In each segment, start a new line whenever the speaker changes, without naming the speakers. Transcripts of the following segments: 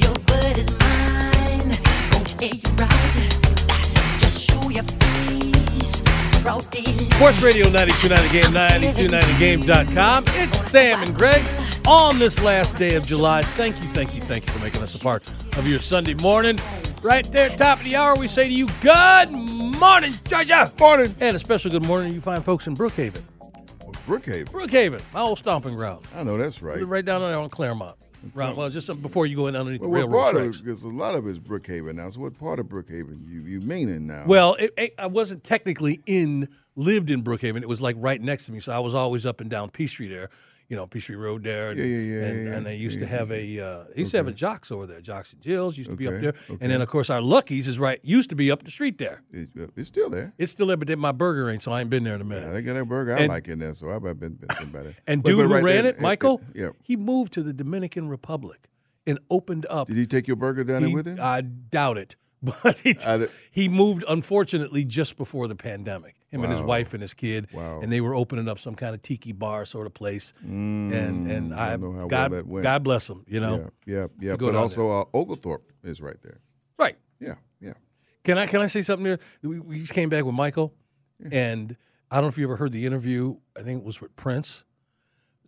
Your word is mine. Gonna get you right. Just show your face. Broad daylight.
Sports Radio 929 The Game, 929TheGame.com. It's Sam and Greg on this last day of July. Thank you, thank you, thank you for making us a part of your Sunday morning. Right there, top of the hour, we say to you, Good morning, Georgia.
Morning.
And a special good morning to you fine folks in Brookhaven.
Brookhaven.
Brookhaven, my old stomping ground.
I know that's right.
Right down there on Claremont. Right, well, just before you go in underneath
Well,
the
what part
railroad tracks.
of because a lot of it's Brookhaven now. So what part of Brookhaven you you meaning now?
Well, it, it- I wasn't technically in lived in Brookhaven. It was like right next to me, so I was always up and down Peachtree there. You know, Peachtree Road there. And,
Yeah, yeah, yeah,
And,
yeah,
and they used to
yeah.
have a uh, they used to have a Jocks over there. Jocks and Jills used to be up
Okay,
there,
okay.
and then of course our Luckies is right used to be up the street there.
It- it's still there.
It's still there, but then my burger ain't, so I ain't been there in a minute.
Yeah, they got that burger I
And-
like in there, so I've been been, been by that.
And
But-
dude
but
who
right
ran
there- uh,
it, Michael,
Yeah.
he moved to the Dominican Republic and opened up.
Did he take your burger down
He-
there with him?
I doubt it. But he,
I d-
he moved, unfortunately, just before the pandemic. Him and his wife and his kid,
Wow.
and they were opening up some kind of tiki bar sort of place. and and I,
Mm, I know how well
God,
that went.
God bless him. You know,
yeah, yeah, yeah.
go
But
down
also uh, Oglethorpe is right there.
right?
Yeah, yeah.
Can I can I say something there? We, we just came back with Michael, and I don't know if you ever heard the interview. I think it was with Prince,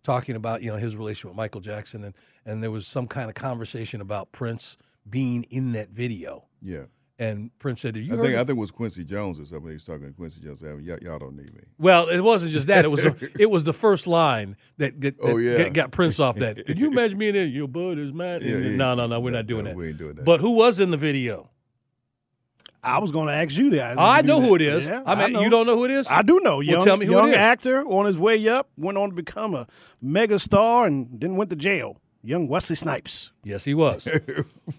talking about you know his relationship with Michael Jackson, and and there was some kind of conversation about Prince being in that video.
Yeah,
And Prince said, "Have you
I
heard
think I
of-
think it was Quincy Jones or something. He was talking to Quincy Jones. saying, Y'all, y'all don't need me.
Well, it wasn't just that. It was it was the first line that, that, that
Oh, yeah.
got, got Prince off that. Could you imagine me in there? Your bud is mad.
Yeah, yeah,
no, no, no. We're not doing
no,
that.
we ain't doing that.
But who was in the video?
I was going to ask you guys. if
I
you
know
knew
who it
that.
is.
Yeah,
I mean,
know.
you don't know who it is.
I do know.
Well,
Young,
tell me who
young
it is.
actor on his way up went on to become a mega star and then went to jail. Young Wesley Snipes.
Yes, he was.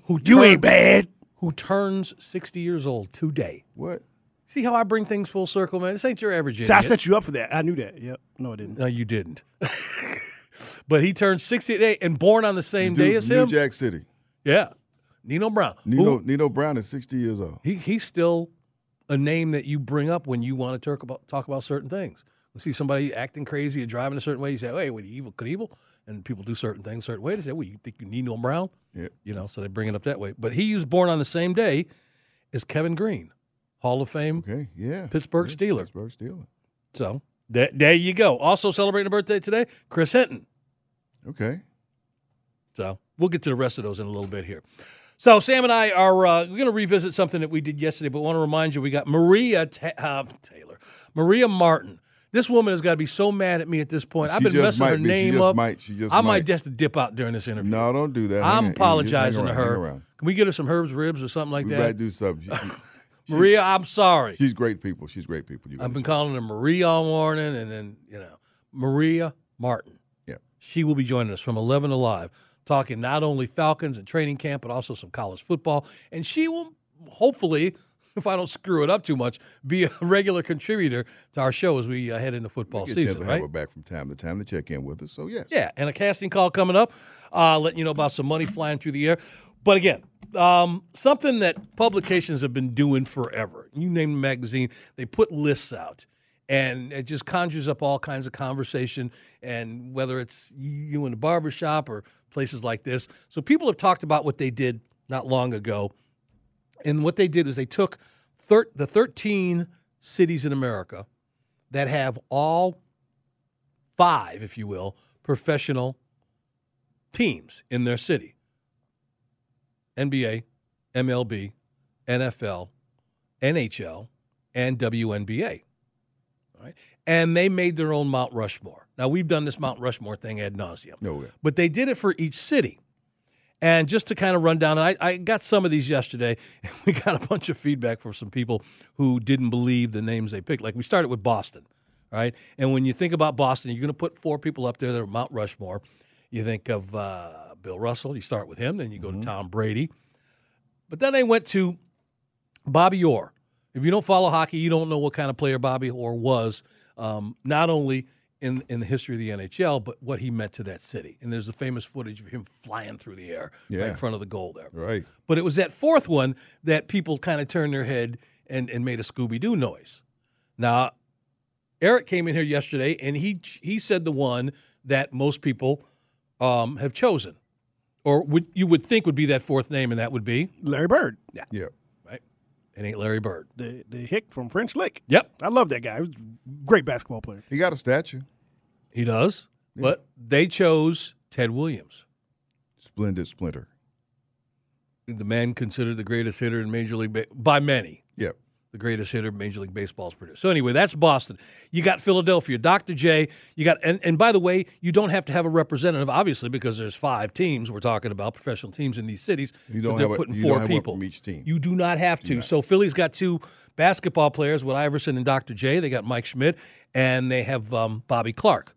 who
You
turn-
ain't bad.
Who turns sixty years old today?
What?
See how I bring things full circle, man. This ain't your average
So I
idiot.
set you up for that. I knew that. Yep. No, I didn't.
no, you didn't. but he turned sixty today and born on the same
Dude
day
from
as
New
him.
Jack City.
yeah, Nino Brown. Who-
Nino Nino Brown is sixty years old.
He he's still a name that you bring up when you want to talk about talk about certain things. You see somebody acting crazy or driving a certain way, you say, "Hey, what are you evil Knievel?" And people do certain things a certain way. They say, "Well, you think you need Neil Brown?"
Yeah.
You know, so they bring it up that way. But he was born on the same day as Kevin Green, Hall of Fame.
Okay. Yeah.
Pittsburgh
yeah,
Steeler.
Pittsburgh Steeler.
So th- there you go. Also celebrating a birthday today, Chris Hinton.
Okay.
So we'll get to the rest of those in a little bit here. So Sam and I are uh, we're going to revisit something that we did yesterday, but want to remind you we got Maria Ta- uh, Taylor, Maria Martin. This woman has got to be so mad at me at this point. I've
She
been messing
just might
her
be. She
name
just
up.
might. She just
I might,
might.
just dip out during this interview.
No, don't do that. Hang
I'm
on. Just hang
apologizing to
around, hang
her.
around.
Can we get her some herbs ribs or something like
We
that?
might do something. She- she-
Maria, I'm sorry.
She's great people. She's great people. You
I've been
guys.
calling her Maria all morning, and then you know Maria Martin.
Yeah.
She will be joining us from 11 to live, talking not only Falcons and training camp, but also some college football. And she will hopefully, if I don't screw it up too much, be a regular contributor to our show as we uh, head into football
Get a chance
season,
to
right?
have her back from time to time to check in with us. So yes.
Yeah, and a casting call coming up, uh, letting you know about some money flying through the air. But again, um, something that publications have been doing forever. You name the magazine, they put lists out, and it just conjures up all kinds of conversation. And whether it's you in the barbershop or places like this, so people have talked about what they did not long ago, and what they did is they took thir- the thirteen cities in America that have all five, if you will, professional teams in their city. NBA, MLB, NFL, NHL, and WNBA. All right. And they made their own Mount Rushmore. Now, we've done this Mount Rushmore thing ad nauseum.
No way.
But they did it for each city. And just to kind of run down, I, I got some of these yesterday. And we got a bunch of feedback from some people who didn't believe the names they picked. Like we started with Boston, all right? And when you think about Boston, you're going to put four people up there that are Mount Rushmore. You think of uh, Bill Russell. You start with him. Then you go to Tom Brady. But then they went to Bobby Orr. If you don't follow hockey, you don't know what kind of player Bobby Orr was, um, not only in, in the history of the NHL, but what he meant to that city. And there's the famous footage of him flying through the air right in
Yeah.
front of the goal there.
Right.
But it was that fourth one that people kind of turned their head and, and made a Scooby Doo noise. Now, Eric came in here yesterday and he he said the one that most people um, have chosen, or would you would think would be that fourth name, and that would be
Larry Bird,
Yeah.
it ain't Larry Bird.
the the hick from French Lick.
Yep,
I love that guy. He was a great basketball player.
He got a statue.
he does. But they chose Ted Williams,
Splendid Splinter.
the man considered the greatest hitter in Major League ba- by many.
Yep.
the greatest hitter Major League Baseball's produced. So anyway, that's Boston. You got Philadelphia, Dr. J. You got and, and by the way, you don't have to have a representative, obviously, because there's five teams we're talking about, professional teams in these cities.
You
but
don't
they're
have a-
putting
you
four
don't have one
people
from each team.
You do not have to. So Philly's got two basketball players with Iverson and Dr. J. They got Mike Schmidt and they have um, Bobby Clark.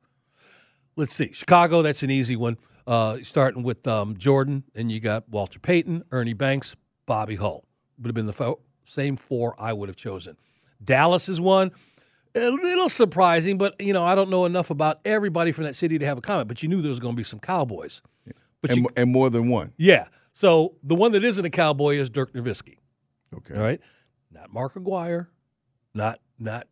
Let's see, Chicago. That's an easy one. Uh, starting with um, Jordan, and you got Walter Payton, Ernie Banks, Bobby Hull. Would have been the fo- same four I would have chosen. Dallas is one. A little surprising, but you know I don't know enough about everybody from that city to have a comment. But you knew there was going to be some Cowboys. But
And,
you,
mo- and more than one.
yeah. So the one that isn't a Cowboy is Dirk Nowitzki.
Okay.
All right. Not Mark Aguirre, not not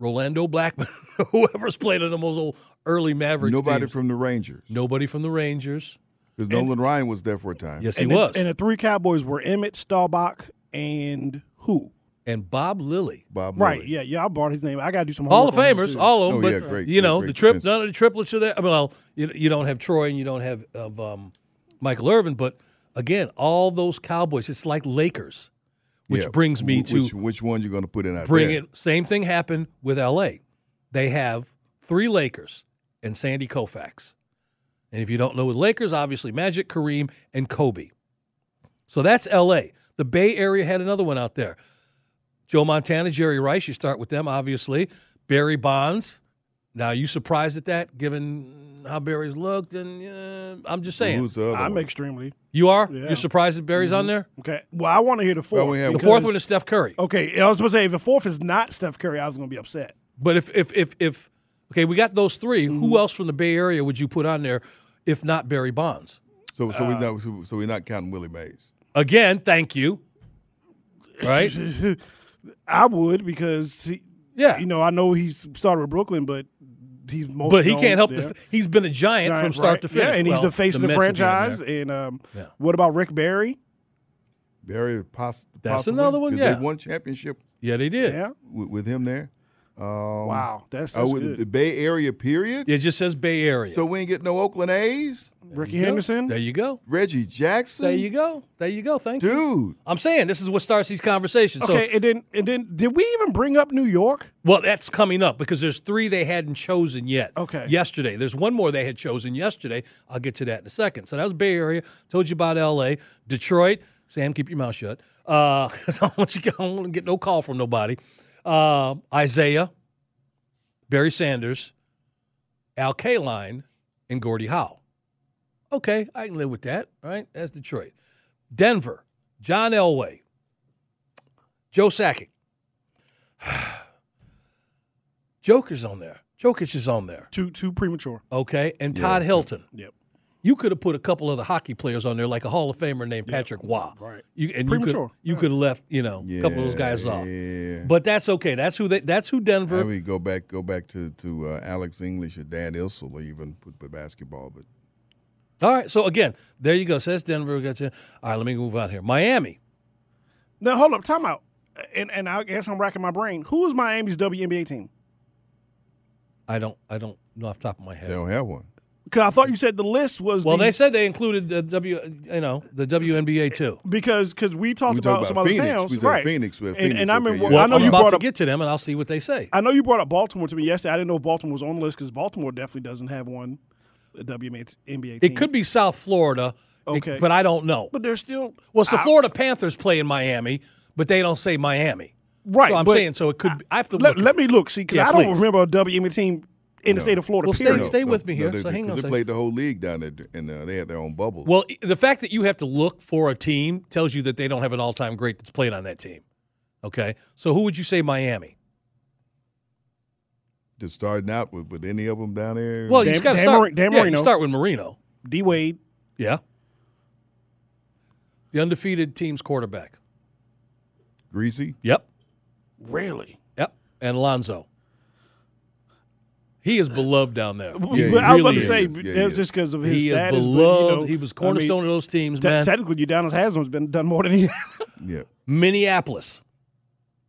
Rolando Blackman, whoever's played on the most old early Mavericks.
Nobody
teams.
from the Rangers.
nobody from the Rangers.
Because Nolan Ryan was there for a time.
Yes,
and
he
the,
was.
And the three Cowboys were Emmett, Staubach, and who?
and Bob Lilly.
Bob
Right.
Lilly.
Yeah. Yeah. I brought his name. I got to do some
Hall of
homework on him,
Famers,
too.
all of them,
Oh,
but
yeah, great,
you know
great,
the
great
trip.
defense.
None of the triplets are there. I mean, Well, you, you don't have Troy and you don't have of, um, Michael Irvin, but again, all those Cowboys. It's like Lakers, which
Yeah.
brings me
Wh-
to
which, which one you going to put in out
bring
there?
it. Same thing happened with L.A. They have three Lakers and Sandy Koufax, and if you don't know the Lakers, obviously Magic, Kareem, and Kobe. So that's L.A. The Bay Area had another one out there. Joe Montana, Jerry Rice. You start with them, obviously. Barry Bonds. Now, you surprised at that, given how Barry's looked? And uh, I'm just saying,
Who's the other
I'm
one?
extremely
you are.
Yeah.
You're surprised that Barry's on there.
okay. Well, I want to hear the fourth.
Well, we have-
The
Because-
fourth one is Steph Curry.
Okay, I was supposed to say if the fourth is not Steph Curry, I was going to be upset.
But if if if if okay, we got those 3
Mm-hmm.
Who else from the Bay Area would you put on there if not Barry Bonds?
So, so, we're not, so, so we're not counting Willie Mays.
Again, thank you. Right?
I would because he,
Yeah.
you know, I know he's started with Brooklyn, but he's most.
but he
known
can't help
there.
the, he's been a giant,
Giant,
from start
right.
to finish.
Yeah, and
Well,
he's the face of the
messaging on there.
franchise. And um,
Yeah.
what about Rick Barry?
Barry poss-
That's
possibly,
another one,
'cause
yeah.
They won championship
Yeah, they did.
Yeah.
with, with him there. Um,
Wow, that's,
I
that's
would-
good.
the Bay Area period.
It just says Bay Area.
So we ain't get no Oakland A's.
Ricky Henderson.
There you go.
Reggie Jackson.
Mm.
There you go. There you go. Thank you.
Dude,
I'm saying this is what starts these conversations.
okay,
So,
and then and then did we even bring up New York?
well, that's coming up because there's three they hadn't chosen yet.
Okay.
Yesterday, there's one more they had chosen yesterday. I'll get to that in a second. So that was Bay Area. Told you about L.A., Detroit. Sam, keep your mouth shut. Uh, 'cause I don't want you. I don't want to get no call from nobody. Uh, Isaiah, Barry Sanders, Al Kaline, and Gordie Howe. Okay, I can live with that. All right, that's Detroit. Denver, John Elway, Joe Sakic. Joker's on there. Jokic is on there.
Too too premature.
Okay, and Todd Hilton.
Yep.
You could have put a couple other hockey players on there, like a Hall of Famer named Patrick Waugh.
right.
You, and
Premature.
You could have left, you know, a couple of those guys off.
Yeah.
But that's okay. That's who they, that's who Denver.
I mean, go back, go back to to uh, Alex English or Dan Issel, or even put, put basketball. But
All right. So again, there you go. So that's Denver. we Got you. All right. Let me move on here. Miami.
Now hold up, time out. And and I guess I'm racking my brain. Who is Miami's WNBA team?
I don't. I don't know off the top of my
they
head.
don't have one.
'Cause I thought you said the list was
Well,
the,
they said they included the W, you know, the WNBA too.
because because we talked
We
about,
talked
some
about
other
Phoenix.
towns,
We said
right?
Phoenix with
and,
Phoenix,
and I
okay,
remember
yeah.
I know
I'm
you
about
brought
to
up
get to them, and I'll see what they say.
I know you brought up Baltimore to me yesterday. I didn't know if Baltimore was on the list because Baltimore definitely doesn't have one a WNBA team.
It could be South Florida, it-
Mm. Okay.
but I don't know.
but they're still
Well, so
I-
Florida Panthers play in Miami, but they don't say Miami.
right.
So I'm
but
saying so it could. Be, I have to
let,
look.
let me look, see, because
Yeah,
I don't
please.
remember a WNBA team in the state of Florida.
Well, stay-
period.
stay- with me here,
they,
so
they-
hang on a
'cause They
second.
played the whole league down there, and uh, they had their own bubble.
Well, i- the fact that you have to look for a team tells you that they don't have an all-time great that's played on that team. Okay, so who would you say Miami?
just starting out with, with any of them down there.
Well, you
Dan-
just got to
Dan
start.
Mari- Dan
yeah, you
Marino.
start with Marino.
D Wade,
Yeah, the undefeated team's quarterback.
Greasy.
Yep,
really?
yep, and Lonzo. He is beloved down there.
Yeah,
but I was about
really
to say
is. Yeah, he
that's
is.
just because of his
He is
status. but, you
beloved.
know,
he was
I mean,
cornerstone of those teams,
te-
man.
technically, Udonis Haslam's been done more than he.
Yeah.
Minneapolis.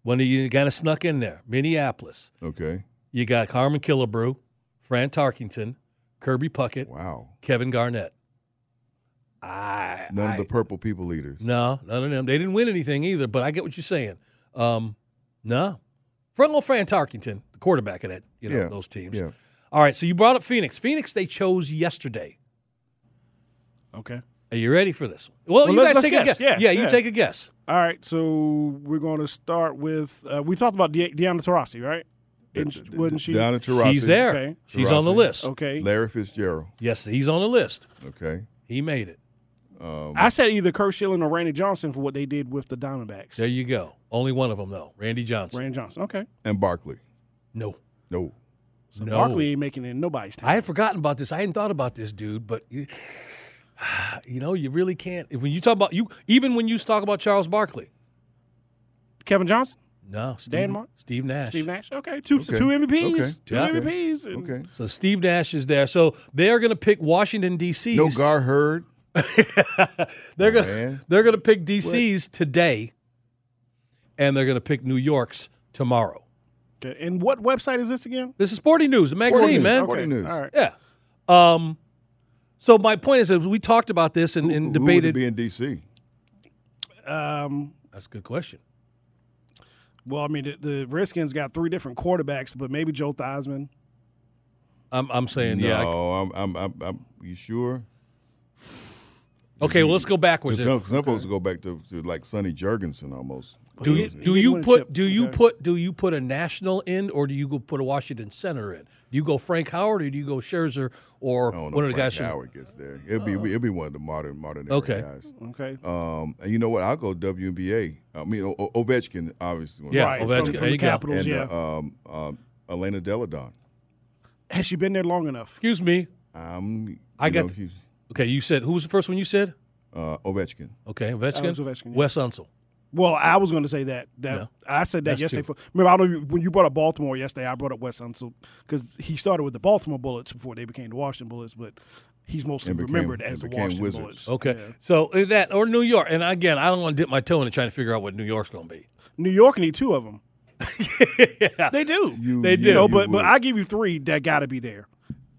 When you kind of snuck in there, Minneapolis.
Okay.
You got Carmen Killebrew, Fran Tarkington, Kirby Puckett,
Wow.
Kevin Garnett. I
None
I-
of the purple people leaders.
no, none of them. They didn't win anything either. But I get what you're saying. Um, no, front old Fran Tarkington, the quarterback of that, you know,
Yeah,
those teams.
Yeah.
All right, so you brought up Phoenix. Phoenix they chose yesterday.
okay.
Are you ready for this? Well,
Well,
you
let's-
guys
let's
take a guess.
guess. Yeah,
you
yeah.
take a guess.
All right, so we're going to start with uh, we talked about De- Deanna Taurasi, right? And
D- d-
wasn't she?
Down in Taurasi.
She's there.
Okay.
She's on the
Taurasi.
list.
Okay,
Larry Fitzgerald.
Yes, he's on the list.
Okay.
He made it.
Um,
I said either Kurt Schilling or Randy Johnson for what they did with the Diamondbacks.
There you go. Only one of them though. Randy Johnson.
Randy Johnson. Okay,
and Barkley.
No.
No.
so
No.
Barkley ain't making it in nobody's time.
I had forgotten about this. I hadn't thought about this, dude. But you, you know, you really can't. When you talk about you, even when you talk about Charles Barkley,
Kevin Johnson,
no, Steve,
Denmark?
Steve Nash.
Steve Nash. Okay, two
Okay.
two MVPs,
Okay.
two
Yeah.
MVPs. and-
Okay.
So Steve Nash is there. So they are going to pick Washington D.C.
No Gar Heard.
they're going to
Oh, man.
they're going to pick D.C.'s today, and they're going to pick New York's tomorrow.
Okay, And what website is this again?
This is Sporting News, the magazine,
Sporting News.
man.
Sporting News.
All right.
Yeah. Um. So my point is, is we talked about this and,
Who-
and
who would it
debated.
be in D.C.
Um,
That's a good question.
well, I mean, the, the Redskins got three different quarterbacks, but maybe Joe Theismann.
I'm I'm saying
no,
yeah. I-
I'm, I'm, I'm, I'm. You sure?
Okay, well let's go backwards. then.
Some, some folks go back to, to like Sonny Jurgensen almost.
Do
He
you,
did-
do
he did
you
win a
put
chip.
do you
Okay.
put do you put a national in or do you go put a Washington center in? Do you go Frank Howard or do you go Scherzer or
I don't know
one of
if
the guys?
Frank
From, Oh.
Howard gets there. It'll be it'll be one of the modern modern era
Okay.
guys.
Okay.
Um, and you know what? I'll go WNBA. I mean o- O- Ovechkin, obviously.
Yeah,
right.
Ovechkin.
From,
There
from
you
the
go.
Capitals,
And
yeah.
uh, um, um, Elena Deladon.
Has she been there long enough?
excuse me.
Um,
I
you
got
know,
the-
she's,
Okay, you said who was the first one you said?
uh, Ovechkin.
Okay, Ovechkin.
Alex Ovechkin, yeah.
Wes Unsel.
Well, I was going to say that. That
Yeah.
I said that
That's
yesterday.
true.
For, remember, I know you, when you brought up Baltimore yesterday, I brought up Wes Unseld because he started with the Baltimore Bullets before they became the Washington Bullets, but he's mostly
And became-
remembered
and
as the
became
Washington
Wizards.
Bullets.
Okay,
Yeah.
so uh, that or New York. And again, I don't want to dip my toe into trying to figure out what New York's going to be.
New York need two of them. They do.
You-
They
you-
do.
You know,
you
but
would.
but I give you three that got to be there.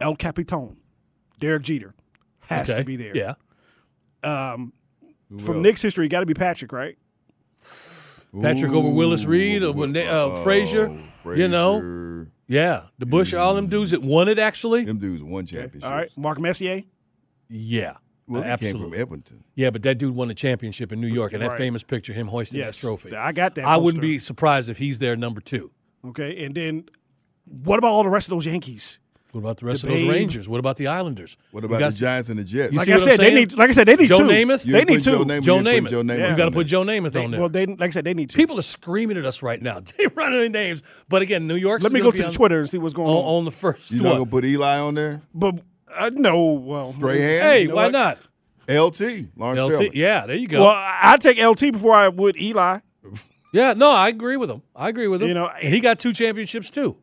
El Capitone, Derek Jeter, has
okay,
to be there. Um,
Yeah,
Who else?
From Knicks history, got to be Patrick, right?
Patrick over Willis Reed or
Ooh,
when they-
uh,
uh, Frazier, you know.
Frazier.
yeah. The Bush, all them dudes that won it actually.
them dudes won championships.
All right, Mark Messier.
Yeah,
Well,
Uh,
they
absolutely.
came from Edmonton.
Yeah, but that dude won a championship in New York, and that
Right.
famous picture, him hoisting
Yes,
that trophy.
I got that
I wouldn't
poster.
be surprised if he's there number two.
Okay, and then what about all the rest of those Yankees?
What about the rest
The
of those
Babe.
Rangers? What about the Islanders?
What
You
about
got-
the Giants and the Jets?
You
Like
see
I
what I'm
said, they
saying?
need. Like I said, they need
Joe
two.
Namath?
They
You
need
put Joe
two.
Namath-
Joe
you didn't
Namath.
put Joe Namath
You got
on
to
there.
put Joe Namath
They-
on there.
well, they like I said, they need two.
People are screaming at us right now. They're running their names, but again, New York's.
Let me
gonna
go
be
to the
on-
Twitter and see what's going
on,
on.
on the first
You not
one.
gonna put Eli on there?
But uh, no, well,
Strahan?
hey,
You know
why
what?
not?
LT, Lawrence
LT,
Taylor.
yeah, there you go.
Well, I I'd take LT before I would Eli.
yeah, no, I agree with him. I agree with him.
You know,
and he got two championships too.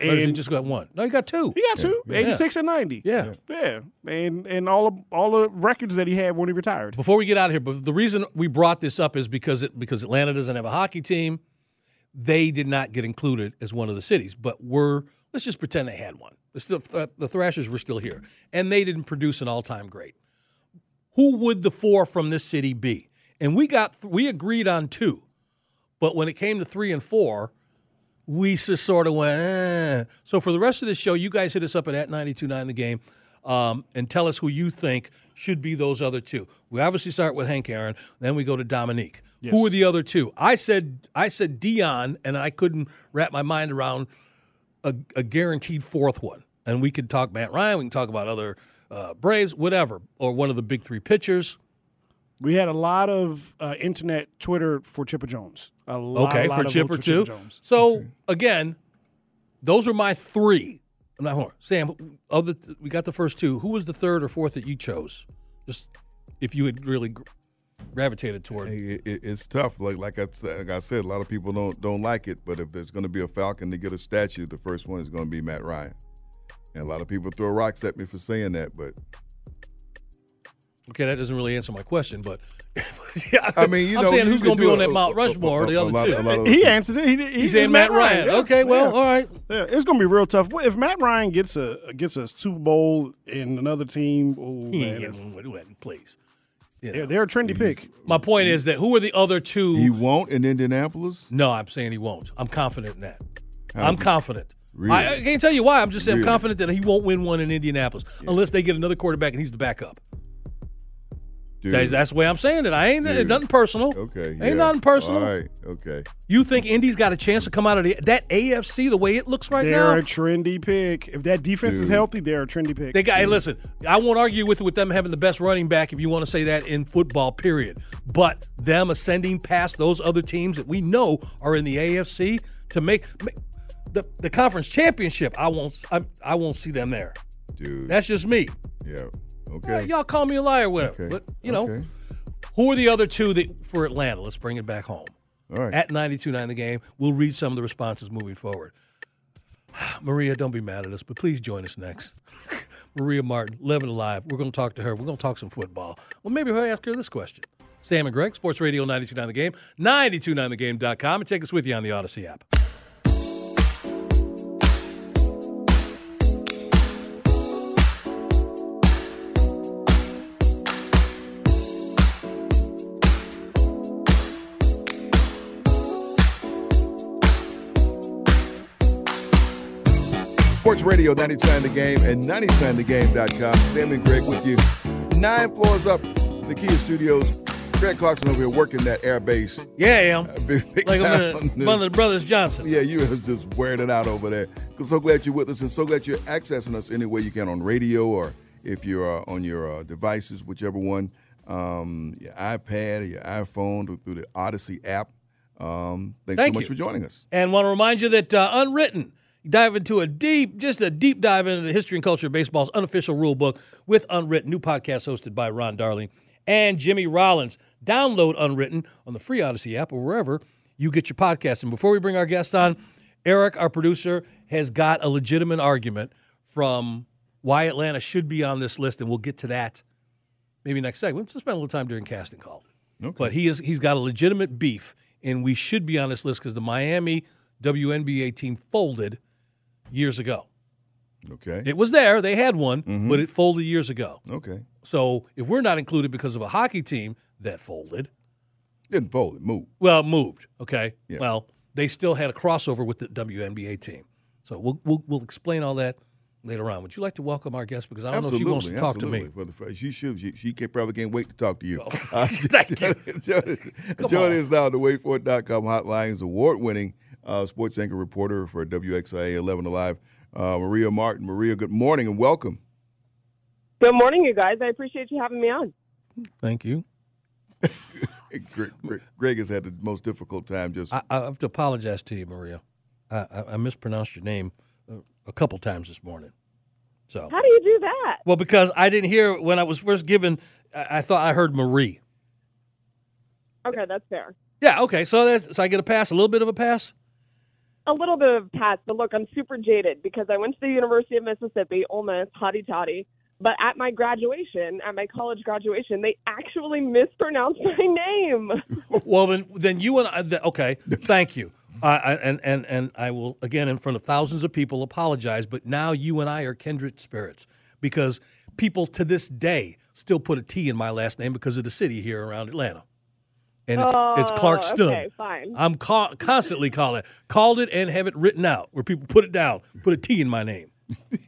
Or has he
and-
just got one? No, he got two.
He got two, 86 and 90.
yeah.
Yeah. And and all of, all the records that he had when he retired.
Before we get out of here, but the reason we brought this up is because it because Atlanta doesn't have a hockey team. They did not get included as one of the cities, but were let's just pretend they had one. The, st- th- the Thrashers were still here, and they didn't produce an all-time great. Who would the four from this city be? And we got th- we agreed on two, but when it came to three and four, we just sort of went. Eh. So for the rest of this show, you guys hit us up at at ninety two nine the game, um, and tell us who you think should be those other two. We obviously start with Hank Aaron, then we go to Dominique. Who are the other two? I said I said Dion, and I couldn't wrap my mind around a, a guaranteed fourth one. And we could talk Matt Ryan. We can talk about other uh, Braves, whatever, or one of the big three pitchers.
We had a lot of uh, internet Twitter for Chipper Jones. A lot,
Okay,
lot
for
of
Chipper
votes
too.
for Jones.
So again, those are my three. I'm not more. Sam, of the we got the first two. Who was the third or fourth that you chose? Just if you had really gr- gravitated toward.
Hey, it, it, it's tough. Like like I, said- like I said, a lot of people don't don't like it. But if there's going to be a Falcon to get a statue, the first one is going to be Matt Ryan. And a lot of people throw rocks at me for saying that, but
Okay, that doesn't really answer my question, but yeah,
I mean, you
I'm
know,
saying
you
who's
could
going to
do
be on
a-
that Mount
a- a-
Rushmore or the
a
other
lot-
two?
a lot of-
He answered it. He, he,
He's
it's
saying Matt Ryan.
Yeah,
Okay, well,
yeah.
all right.
Yeah, it's gonna be real tough. If Matt Ryan gets a gets a Super Bowl in another team, oh
He
man,
ain't
it's-
getting one, please. You
yeah,
know.
they're a trendy pick.
My point is that who are the other two?
He won't in Indianapolis.
no, I'm saying he won't. I'm confident in that.
How-
I'm confident.
Really?
I, I can't tell you why. I'm just saying
Really?
I'm confident that he won't win one in Indianapolis unless they get another quarterback and he's the backup.
Dude.
That's, that's the way I'm saying it. I ain't it
Dude.
nothing personal.
okay.
ain't
yeah.
nothing personal.
All right. Okay.
You think Indy's got a chance to come out of the, that AFC the way it looks right
they're
now?
a trendy pick. If that defense is
Dude.
healthy, they're a trendy pick.
They got. Hey, listen, I won't argue with with them having the best running back if you want to say that in football. Period. But them ascending past those other teams that we know are in the AFC to make, make the the conference championship. I won't. I, I won't see them there.
Dude.
That's just me.
yeah.
All
Okay.
right, y'all call me a liar, whatever.
okay.
But you know,
Okay.
who are the other two that for Atlanta? Let's bring it back home.
All right.
At 92.9 the game, we'll read some of the responses moving forward. Maria, don't be mad at us, but please join us next. Maria Martin, Living Alive. We're going to talk to her. We're going to talk some football. Well, maybe we'll ask her this question. Sam and Greg, Sports Radio 92.9 The Game, 92.9thegame.com, and take us with you on the Odyssey app.
Sports Radio 99 The Game and 99thegame.com. Sam and Greg with you. Nine floors up, the Kia Studios. Greg Clarkson over here working that air base.
Yeah, I am.
Big
Like
time
I'm
on
the,
this.
one of the brothers Johnson.
Yeah, you have just wearing it out over there. So glad you're with us and so glad you're accessing us any way you can on radio or if you're uh, on your uh, devices, whichever one, um, your iPad or your iPhone or through the Odyssey app. Um, thanks
Thank
so much
you.
for joining us.
And want to remind you that uh, Unwritten, you dive into a deep, just a deep dive into the history and culture of baseball's unofficial rule book with Unwritten, new podcast hosted by Ron Darling and Jimmy Rollins. Download Unwritten on the free Odyssey app or wherever you get your podcast. And before we bring our guest on, Eric, our producer, has got a legitimate argument from why Atlanta should be on this list, and we'll get to that maybe next segment. Let's spend a little time during casting call. But he is he's got a legitimate beef, and we should be on this list because the Miami WNBA team folded years ago.
Okay.
It was there, they had one, but it folded years ago.
Okay.
So if we're not included because of a hockey team that folded,
Didn't fold it, move.
well, moved. Okay.
Yeah.
Well, they still had a crossover with the WNBA team. So we'll, we'll we'll explain all that later on. Would you like to welcome our guest? Because I don't know if she wants to talk to me.
Well, the first- she should. She, she can, probably can't wait to talk to you.
Thank you.
Join
Come
join
on.
us now on the waitfor.com hotline's award winning uh, sports anchor reporter for WXIA 11 Alive, uh, Maria Martin. Maria, good morning and welcome.
Good morning, you guys. I appreciate you having me on.
Thank you.
Greg, Greg, Greg has had the most difficult time just.
I, I have to apologize to you, Maria. I, I, I mispronounced your name uh, a couple times this morning. So,
How do you do that?
well, because I didn't hear when I was first given, I, I thought I heard Marie.
Okay, that's fair.
Yeah, okay. So that's so I get a pass, a little bit of a pass.
A little bit of Pat, but look, I'm super jaded because I went to the University of Mississippi, Ole Miss, hotty toddy. But at my graduation, at my college graduation, they actually mispronounced my name.
Well, then, then you and I. th- okay, thank you. I I- and, and, and I will, again, in front of thousands of people, apologize, but now you and I are kindred spirits because people to this day still put a T in my last name because of the city here around Atlanta. And it's, it's Clark
Oh,
Stone.
okay, fine.
I'm ca- constantly calling it. Called it and have it written out where people put it down, put a T in my name.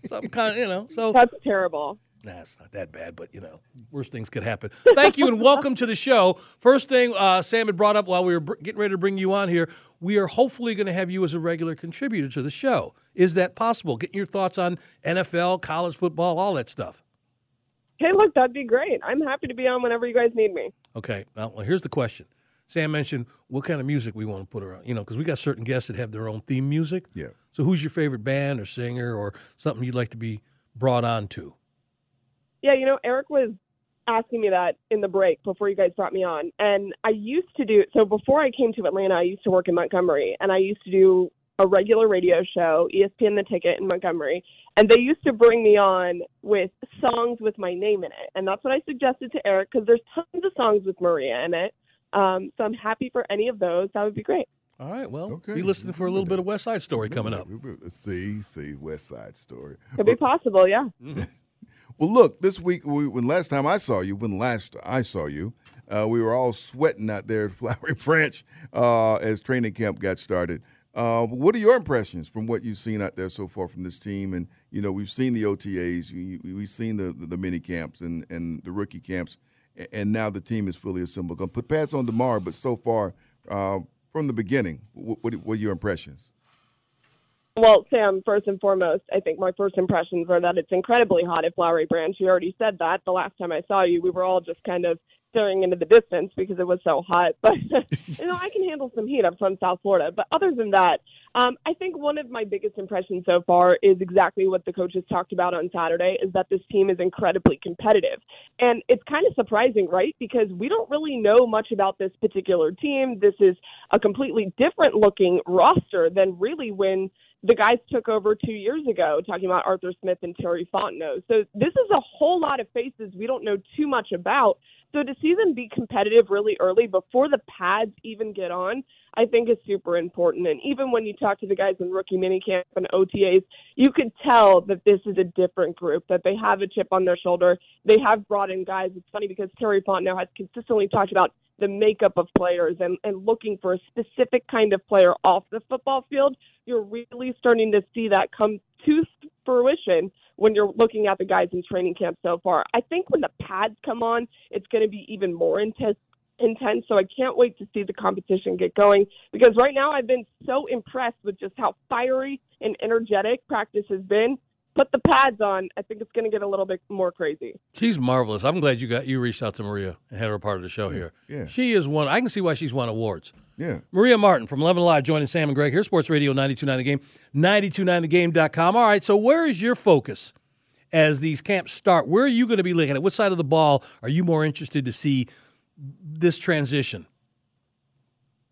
So I'm kind of, you know, so
That's terrible.
Nah, it's not that bad, but you know, worse things could happen. Thank you and welcome to the show. First thing uh, Sam had brought up while we were br- getting ready to bring you on here, we are hopefully going to have you as a regular contributor to the show. Is that possible? Getting your thoughts on NFL, college football, all that stuff.
Hey, look, that'd be great. I'm happy to be on whenever you guys need me.
Okay, now well, here's the question. Sam mentioned what kind of music we want to put around, you know, because we got certain guests that have their own theme music.
Yeah.
So who's your favorite band or singer or something you'd like to be brought on to?
Yeah, you know, Eric was asking me that in the break before you guys brought me on. And I used to do so before I came to Atlanta, I used to work in Montgomery and I used to do a regular radio show, E ESPN the Ticket in Montgomery, and they used to bring me on with songs with my name in it. And that's what I suggested to Eric cuz there's tons of songs with Maria in it. Um, so I'm happy for any of those. That would be great.
All right, well,
Okay,
be listening for a little bit of West Side Story coming up.
See, see, West Side Story.
Could be possible, yeah.
Well, look, this week we, when last time I saw you, when last I saw you, uh, we were all sweating out there at Flowery Branch uh, as training camp got started. Uh, what are your impressions from what you've seen out there so far from this team? And you know, we've seen the OTAs, we, we- we've seen the, the mini camps and, and the rookie camps, a- and now the team is fully assembled. Gonna put pads on tomorrow, but so far uh, from the beginning, what, what, what are your impressions?
Well, Sam, first and foremost, I think my first impressions are that it's incredibly hot at Flowery Branch. You already said that. The last time I saw you, we were all just kind of staring into the distance because it was so hot. But, you know, I can handle some heat. I'm from South Florida. But other than that, um, I think one of my biggest impressions so far is exactly what the coaches talked about on Saturday is that this team is incredibly competitive. And it's kind of surprising, right? Because we don't really know much about this particular team. This is a completely different looking roster than really when the guys took over two years ago, talking about Arthur Smith and Terry Fontenot. So this is a whole lot of faces we don't know too much about. So to see them be competitive really early before the pads even get on, I think is super important. And even when you talk to the guys in rookie minicamp and OTAs, you could tell that this is a different group, that they have a chip on their shoulder. They have brought in guys. It's funny because Terry Fontenot has consistently talked about the makeup of players and, and looking for a specific kind of player off the football field, you're really starting to see that come to fruition when you're looking at the guys in training camp so far. I think when the pads come on, it's going to be even more intense. Intense, so I can't wait to see the competition get going because right now I've been so impressed with just how fiery and energetic practice has been. Put the pads on, I think it's going to get a little bit more crazy.
She's marvelous. I'm glad you got you reached out to Maria and had her part of the show here.
yeah.
She is one. I can see why she's won awards.
Yeah.
Maria Martin from 11 Live joining Sam and Greg here, Sports Radio 929 The Game, 929TheGame.com. All right, so where is your focus as these camps start? Where are you going to be looking at? What side of the ball are you more interested to see this transition?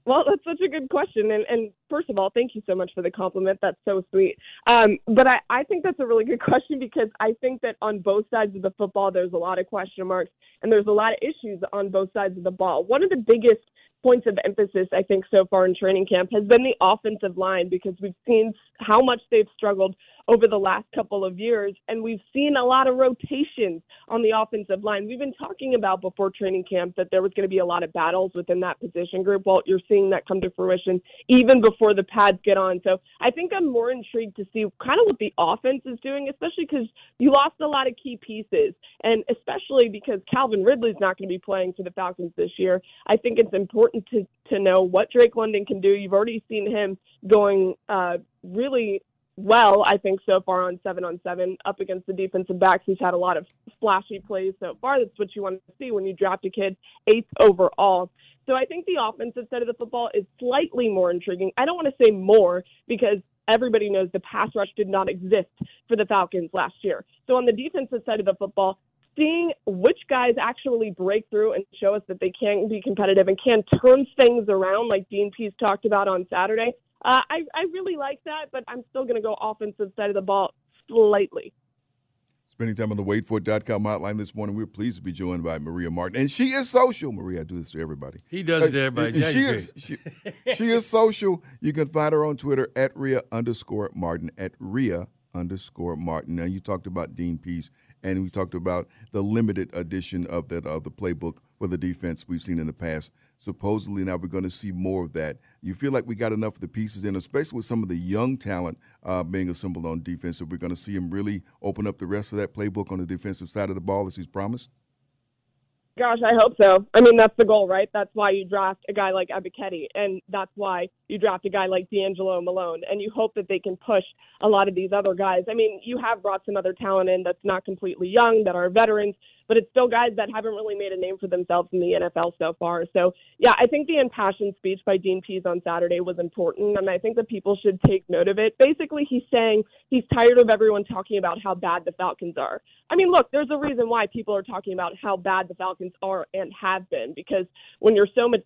Well, that's such a good question. And, and first of all, thank you so much for the compliment. That's so sweet. Um, but I, I think that's a really good question because I think that on both sides of the football, there's a lot of question marks and there's a lot of issues on both sides of the ball. One of the biggest points of emphasis, I think, so far in training camp has been the offensive line because we've seen how much they've struggled over the last couple of years. And we've seen a lot of rotations on the offensive line. We've been talking about before training camp that there was going to be a lot of battles within that position group. Well, you're seeing that come to fruition even before the pads get on. So I think I'm more intrigued to see kind of what the offense is doing, especially because you lost a lot of key pieces. And especially because Calvin Ridley's not going to be playing for the Falcons this year, I think it's important to, to know what Drake London can do. You've already seen him going uh, really well, I think, so far on seven on seven up against the defensive backs. He's had a lot of flashy plays so far. That's what you want to see when you draft a kid eighth overall. So I think the offensive side of the football is slightly more intriguing. I don't want to say more because everybody knows the pass rush did not exist for the Falcons last year. So on the defensive side of the football, seeing which guys actually break through and show us that they can be competitive and can turn things around, like Dean Pease talked about on Saturday. Uh, I, I really like that, but I'm still going to go offensive side of the ball slightly.
Spending time on the waitfor.com hotline this morning. We're pleased to be joined by Maria Martin. And she is social. Maria, I do this to everybody.
He does it to everybody. Yeah,
she,
you
is, she, she is social. You can find her on Twitter at Rhea underscore Martin, at Rhea underscore Martin. Now, you talked about Dean Pease, and we talked about the limited edition of that of the playbook for the defense we've seen in the past. Supposedly, now we're going to see more of that. You feel like we got enough of the pieces in, especially with some of the young talent uh, being assembled on defense. So we're going to see him really open up the rest of that playbook on the defensive side of the ball as he's promised.
Gosh, I hope so. I mean, that's the goal, right? That's why you draft a guy like Abichetti, and that's why you draft a guy like D'Angelo Malone, and you hope that they can push a lot of these other guys. I mean, you have brought some other talent in that's not completely young, that are veterans, but it's still guys that haven't really made a name for themselves in the NFL so far. So, yeah, I think the impassioned speech by Dean Pease on Saturday was important, and I think that people should take note of it. Basically, he's saying he's tired of everyone talking about how bad the Falcons are. I mean, look, there's a reason why people are talking about how bad the Falcons are and have been because when you're so much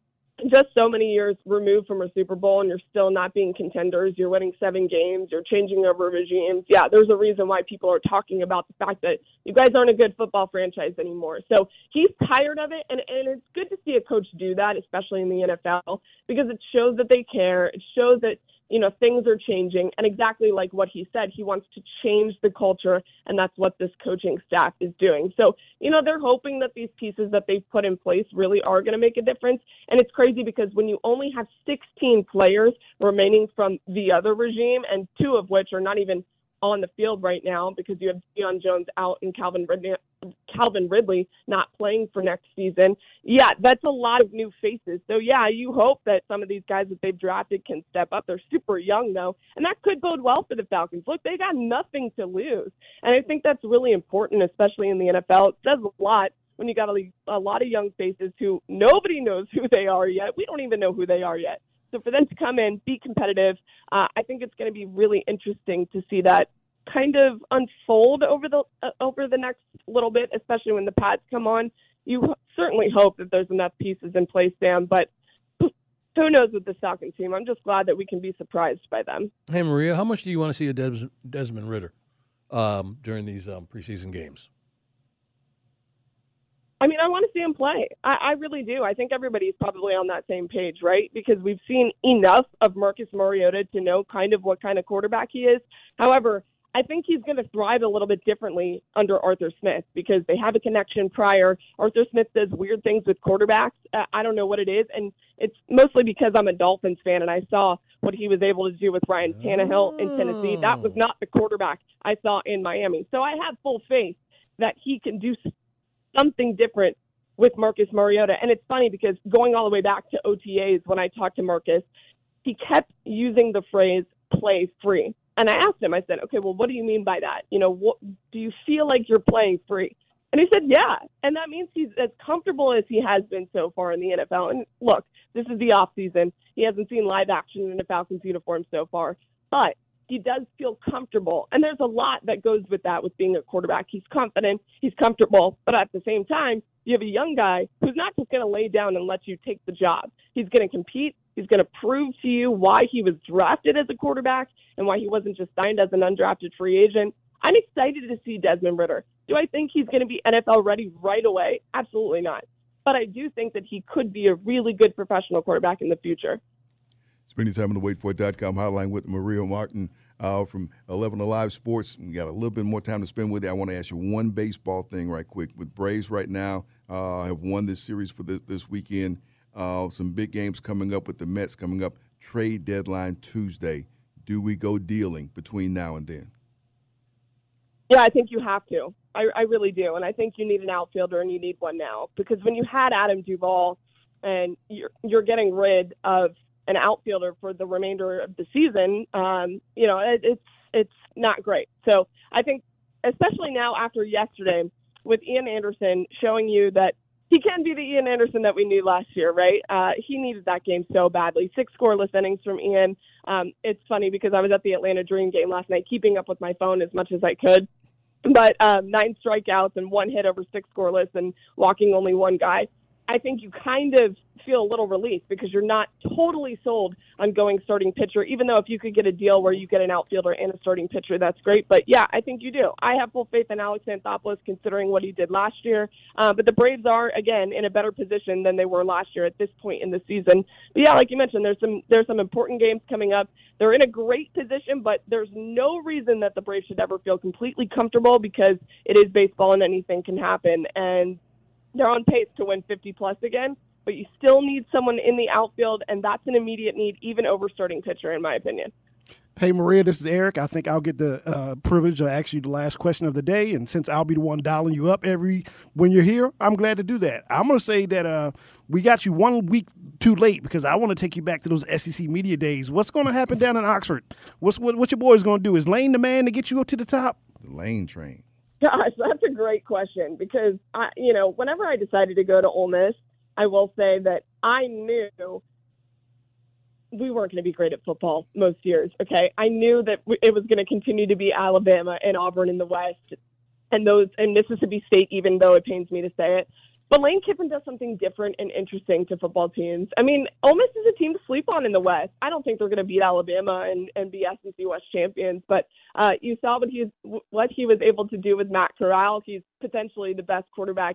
just so many years removed from a Super Bowl and you're still not being contenders, you're winning seven games, you're changing over regimes. Yeah, there's a reason why people are talking about the fact that you guys aren't a good football franchise anymore. So he's tired of it, and, and it's good to see a coach do that, especially in the NFL, because it shows that they care. It shows that you know things are changing and exactly like what he said he wants to change the culture and that's what this coaching staff is doing so you know they're hoping that these pieces that they've put in place really are going to make a difference and it's crazy because when you only have 16 players remaining from the other regime and two of which are not even on the field right now because you have Deion Jones out and Calvin Ridley, Calvin Ridley not playing for next season. Yeah, that's a lot of new faces. So yeah, you hope that some of these guys that they've drafted can step up. They're super young though, and that could bode well for the Falcons. Look, they got nothing to lose, and I think that's really important, especially in the NFL. It says a lot when you got a, a lot of young faces who nobody knows who they are yet. We don't even know who they are yet. So for them to come in, be competitive, uh, I think it's going to be really interesting to see that kind of unfold over the uh, over the next little bit, especially when the pads come on. You h- certainly hope that there's enough pieces in place, Sam, but who knows with the Falcons team? I'm just glad that we can be surprised by them.
Hey Maria, how much do you want to see a Des- Desmond Ritter um, during these um, preseason games?
I mean, I want to see him play. I, I really do. I think everybody's probably on that same page, right? Because we've seen enough of Marcus Mariota to know kind of what kind of quarterback he is. However, I think he's going to thrive a little bit differently under Arthur Smith because they have a connection prior. Arthur Smith does weird things with quarterbacks. Uh, I don't know what it is, and it's mostly because I'm a Dolphins fan and I saw what he was able to do with Ryan Tannehill in Tennessee. That was not the quarterback I saw in Miami. So I have full faith that he can do something different with Marcus Mariota. And it's funny because going all the way back to OTAs, when I talked to Marcus, he kept using the phrase play free. And I asked him, I said, okay, well, what do you mean by that? You know, what, do you feel like you're playing free? And he said, yeah. And that means he's as comfortable as he has been so far in the NFL. And look, this is the off season. He hasn't seen live action in a Falcons uniform so far, but he does feel comfortable. And there's a lot that goes with that with being a quarterback. He's confident, he's comfortable, but at the same time, you have a young guy who's not just going to lay down and let you take the job. He's going to compete. He's going to prove to you why he was drafted as a quarterback and why he wasn't just signed as an undrafted free agent. I'm excited to see Desmond Ritter. Do I think he's going to be NFL ready right away? Absolutely not. But I do think that he could be a really good professional quarterback in the future.
Spending time on the waitfor.com hotline with Maria Martin uh, from 11 Alive Sports. We got a little bit more time to spend with you. I want to ask you one baseball thing right quick. With Braves right now, uh, have won this series for this, this weekend. Uh, some big games coming up with the Mets coming up. Trade deadline Tuesday. Do we go dealing between now and then?
Yeah, I think you have to. I, I really do. And I think you need an outfielder and you need one now because when you had Adam Duvall and you're, you're getting rid of an outfielder for the remainder of the season, um, you know, it, it's it's not great. So I think, especially now after yesterday with Ian Anderson showing you that he can be the Ian Anderson that we knew last year, right? Uh, he needed that game so badly. Six scoreless innings from Ian. Um, it's funny because I was at the Atlanta Dream game last night, keeping up with my phone as much as I could. But um, nine strikeouts and one hit over six scoreless and walking only one guy I think you kind of feel a little relief because you're not totally sold on going starting pitcher, even though if you could get a deal where you get an outfielder and a starting pitcher, that's great. But yeah, I think you do. I have full faith in Alex Anthopoulos considering what he did last year. Uh, but the Braves are, again, in a better position than they were last year at this point in the season. But yeah, like you mentioned, there's some there's some important games coming up. They're in a great position, but there's no reason that the Braves should ever feel completely comfortable because it is baseball and anything can happen. And they're on pace to win 50 plus again, but you still need someone in the outfield, and that's an immediate need, even over starting pitcher, in my opinion.
Hey, Maria, this is Eric. I think I'll get the uh, privilege of asking you the last question of the day. And since I'll be the one dialing you up every when you're here, I'm glad to do that. I'm going to say that uh, we got you one week too late because I want to take you back to those SEC media days. What's going to happen down in Oxford? What's what, what your boy's going to do? Is Lane the man to get you up to the top?
The lane train.
Gosh, that's a great question because I, you know, whenever I decided to go to Ole Miss, I will say that I knew we weren't going to be great at football most years. Okay, I knew that w- it was going to continue to be Alabama and Auburn in the West, and those and Mississippi State, even though it pains me to say it. But Lane Kiffin does something different and interesting to football teams. I mean, Ole Miss is a team to sleep on in the West. I don't think they're going to beat Alabama and, and be SEC West champions, but uh, you saw what he what he was able to do with Matt Corral. He's potentially the best quarterback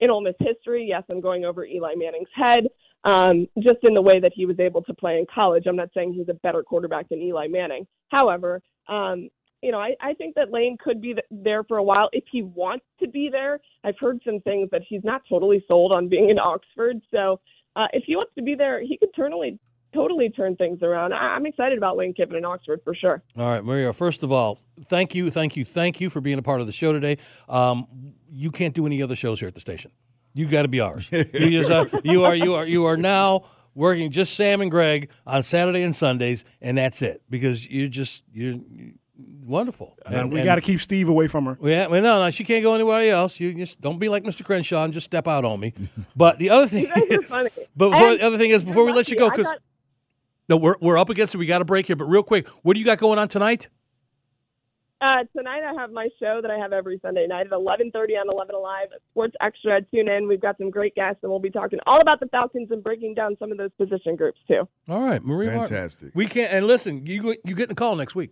in Ole Miss history. Yes, I'm going over Eli Manning's head, um, just in the way that he was able to play in college. I'm not saying he's a better quarterback than Eli Manning. However, um, you know, I, I think that Lane could be th- there for a while if he wants to be there. I've heard some things that he's not totally sold on being in Oxford. So uh, if he wants to be there, he could totally, totally turn things around. I, I'm excited about Lane Kiffin in Oxford for sure.
All right, Maria. First of all, thank you, thank you, thank you for being a part of the show today. Um, you can't do any other shows here at the station. You got to be ours. you, just, uh, you are, you are, you are now working just Sam and Greg on Saturday and Sundays, and that's it because you're just you're wonderful.
And Uh, we got to keep Steve away from her.
Yeah, well, no, no, she can't go anywhere else. You just don't be like Mr. Crenshaw and just step out on me. But the other thing,
guys are funny.
but before,
And
the other thing is before we let you go,
lucky. I
because
got-
no, we're we're up against it. We got a break here, but real quick, what do you got going on tonight?
Uh, tonight I have my show that I have every Sunday night at 11:30 on 11 Alive Sports Extra. Tune in. We've got some great guests, and we'll be talking all about the Falcons and breaking down some of those position groups too.
All right, Maria. Martin.
Fantastic.
We can't. And listen, you go- you getting a call next week.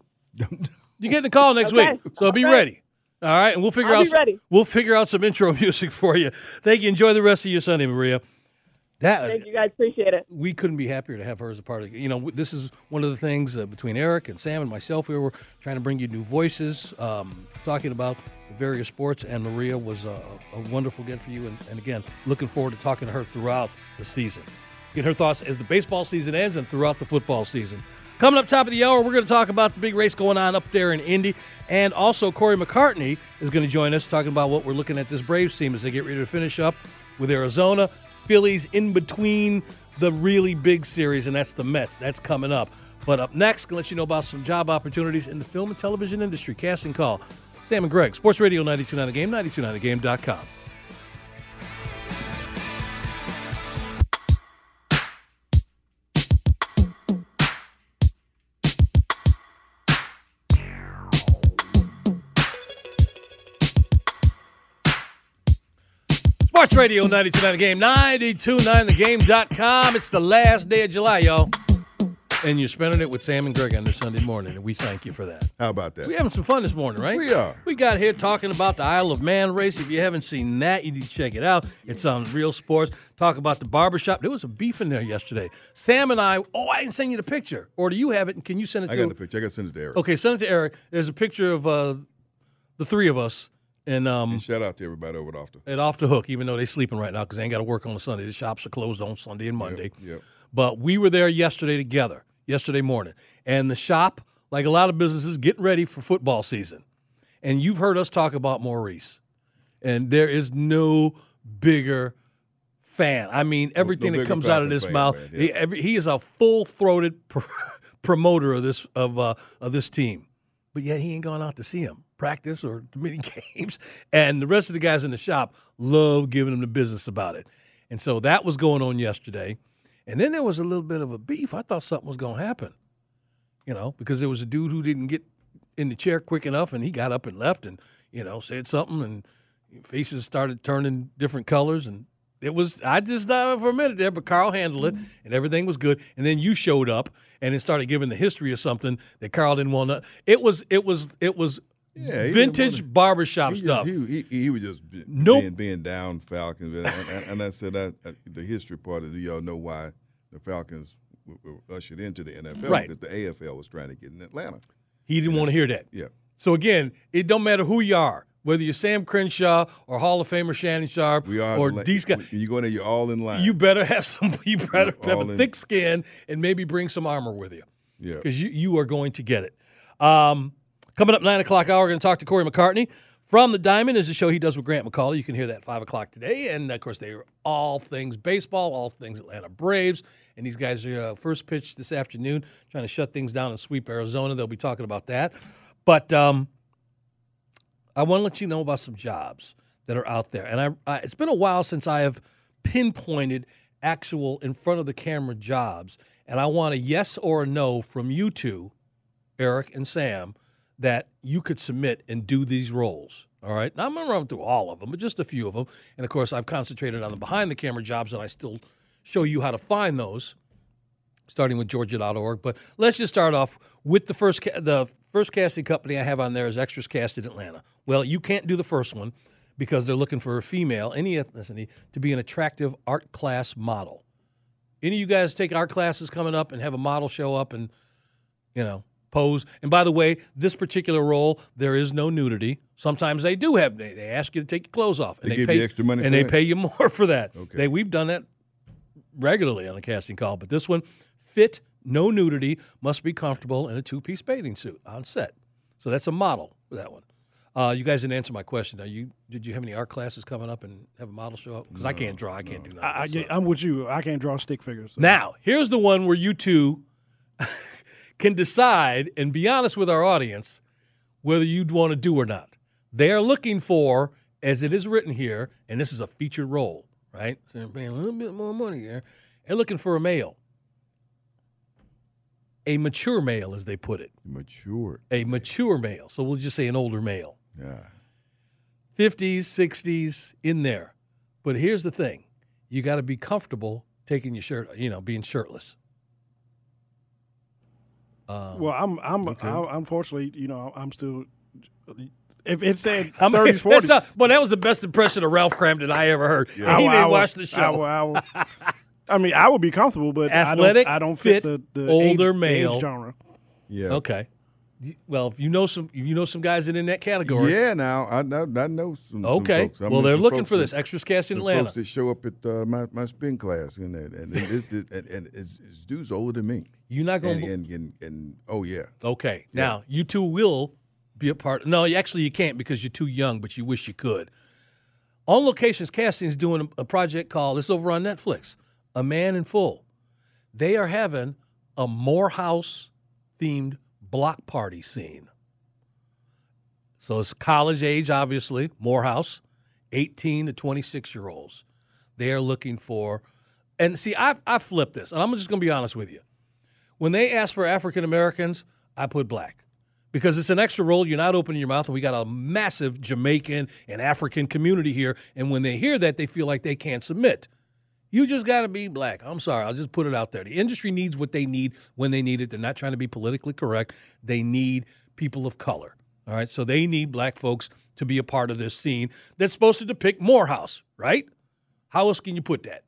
you getting a call next
Okay.
week, so be
All right.
ready. All right, and we'll figure
I'll
out.
be ready.
We'll figure out some intro music for you. Thank you. Enjoy the rest of your Sunday, Maria. That
Thank you guys. Appreciate it.
we couldn't be happier to have her as a part of you know this is one of the things uh, between eric and sam and myself we were trying to bring you new voices um, talking about the various sports and maria was a, a wonderful get for you and, and again looking forward to talking to her throughout the season get her thoughts as the baseball season ends and throughout the football season coming up top of the hour we're going to talk about the big race going on up there in indy and also corey mccartney is going to join us talking about what we're looking at this braves team as they get ready to finish up with arizona Phillies in between the really big series, and that's the Mets. That's coming up. But up next, gonna let you know about some job opportunities in the film and television industry. Cast and call. Sam and Greg, Sports Radio 929 The Game, 929TheGame.com. Sports Radio 929 The Game, 929TheGame.com. It's the last day of July, y'all. And you're spending it with Sam and Greg on this Sunday morning, and we thank you for that.
How about that?
We having some fun this morning, right?
We are.
We got here talking about the Isle of Man race. If you haven't seen that, you need to check it out. It's on Real Sports. Talk about the barbershop. There was a beef in there yesterday. Sam and I. Oh, I didn't send you the picture. Or do you have it? And can you send it
I
to?
got the picture. I got to send it to Eric.
Okay, send it to Eric. There's a picture of uh, the three of us and um
And shout out to everybody over at Ofta.
at off the hook. Even though they're sleeping right now because they ain't got to work on a Sunday. The shops are closed on Sunday and Monday.
Yep.
But we were there yesterday together, yesterday morning. And the shop, like a lot of businesses, getting ready for football season. And you've heard us talk about Maurice. And there is no bigger fan. I mean, everything that
bigger
comes out of
Falcon
this
fan,
mouth,
man, yeah.
he, every, he is a full throated pr- promoter of this of uh, of this team. But yet he ain't gone out to see him practice or to many games. And the rest of the guys in the shop love giving him the business about it. And so that was going on yesterday. And then there was a little bit of a beef. I thought something was going to happen, you know, because there was a dude who didn't get in the chair quick enough and he got up and left and, you know, said something and faces started turning different colors and It was I just thought for a minute there, but Carl handled it
Mm.
and everything was good. And then you showed up and it started giving the history of something that Carl didn't want to. It was it was it was
Yeah, he didn't
vintage
wanna-
barbershop
he
stuff.
Just, he, he, he was just b-
Nope.
being, being down Falcons, and, and, and I said I, I, the history part of do y'all know why the Falcons were, were ushered into the NFL?
Right.
Because the AFL was trying to get in Atlanta.
He didn't want to hear that.
Yeah,
So again, it don't matter who you are, whether you're Sam Crenshaw or Hall of Famer Shannon Sharp
we are.
or
in li-
these guys.
when You go in there, you're all in line.
You better have some. You better
We're
have
all
a
in.
thick skin and maybe bring some armor with you
yeah.
because you, you are going to get it. Um, coming up nine o'clock hour, we're going to talk to Corey McCartney from the Diamond. Is a show he does with Grant McCauley. You can hear that five o'clock today, and of course they are all things baseball, all things Atlanta Braves, and these guys are uh, first pitch this afternoon, trying to shut things down and sweep Arizona. They'll be talking about that, but um, I want to let you know about some jobs that are out there, and I, I it's been a while since I have pinpointed actual in front of the camera jobs, and I want a yes or a no from you two. Eric and Sam that you could submit and do these roles. All right. Now I'm going to run through all of them, but just a few of them. And of course, I've concentrated on the behind the camera jobs and I still show you how to find those starting with georgia.org. But let's just start off with the first ca- the first casting company I have on there is Extras Cast in Atlanta. Well, you can't do the first one because they're looking for a female, any ethnicity, to be an attractive art class model. Any of you guys take art classes coming up and have a model show up and you know, pose. And by the way, this particular role, there is no nudity. Sometimes they do have they, they ask you to take your clothes off. And
They give you extra money
and
for
they
that?
pay you more for that.
Okay.
They we've done that regularly on a casting call, but this one fit, no nudity, must be comfortable in a two-piece bathing suit on set. So that's a model for that one. Uh, you guys didn't answer my question. Are you? Did you have any art classes coming up and have a model show up? Because I can't draw. I can't do that.
I, I, am with you. I can't draw stick figures.
Now, here's the one where you two can decide and be honest with our audience whether you'd want to do or not. They are looking for, as it is written here, and this is a featured role, right? So they're paying a little bit more money here. They're looking for a male, a mature male, as they put it,
Matured.
a mature male. So we'll just say an older male.
Yeah.
50s, 60s, in there. But here's the thing you got to be comfortable taking your shirt, you know, being shirtless. Um,
Well, I'm I'm I, unfortunately, you know, I'm still. If it said
I mean,
30s, 40s,
that's not- well, that was the best impression of Ralph Cramden I ever heard. And he
I- I
didn't
would-
watch the
I,
show.
would- I would- I mean, I would be comfortable, but
Athletic,
I don't, I don't fit,
fit,
the, the
older
age, the
male.
age genre.
Yeah.
Okay. You- Well, if you know some, if you know some guys that are in that category.
Yeah. Now I, know- I know some. some
Okay.
folks. I
well,
mean,
they're
some
looking
folks
for
that-
this extras cast in
some
Atlanta.
Folks that show up at uh, my, my spin class and and, and, it's, and, and it's, it's dudes older than me.
You're not going.
And,
to
and, and, and oh yeah,
Okay. Now you two will be a part. No, you- actually you can't because you're too young, but you wish you could. On Locations Casting is doing a, a project called. It's over on Netflix. A Man in Full. They are having a Morehouse themed block party scene. So it's college age, obviously. Morehouse, 18 to 26 year olds. They are looking for. And see, I I flipped this, and I'm just going to be honest with you when they ask for African Americans, I put black because it's an extra role. You're not opening your mouth, and we got a massive Jamaican and African community here. And when they hear that, they feel like they can't submit. You just got to be black. I'm sorry. I'll just put it out there. The industry needs what they need when they need it. They're not trying to be politically correct. They need people of color. All right. So they need black folks to be a part of this scene that's supposed to depict Morehouse, right? How else can you put that?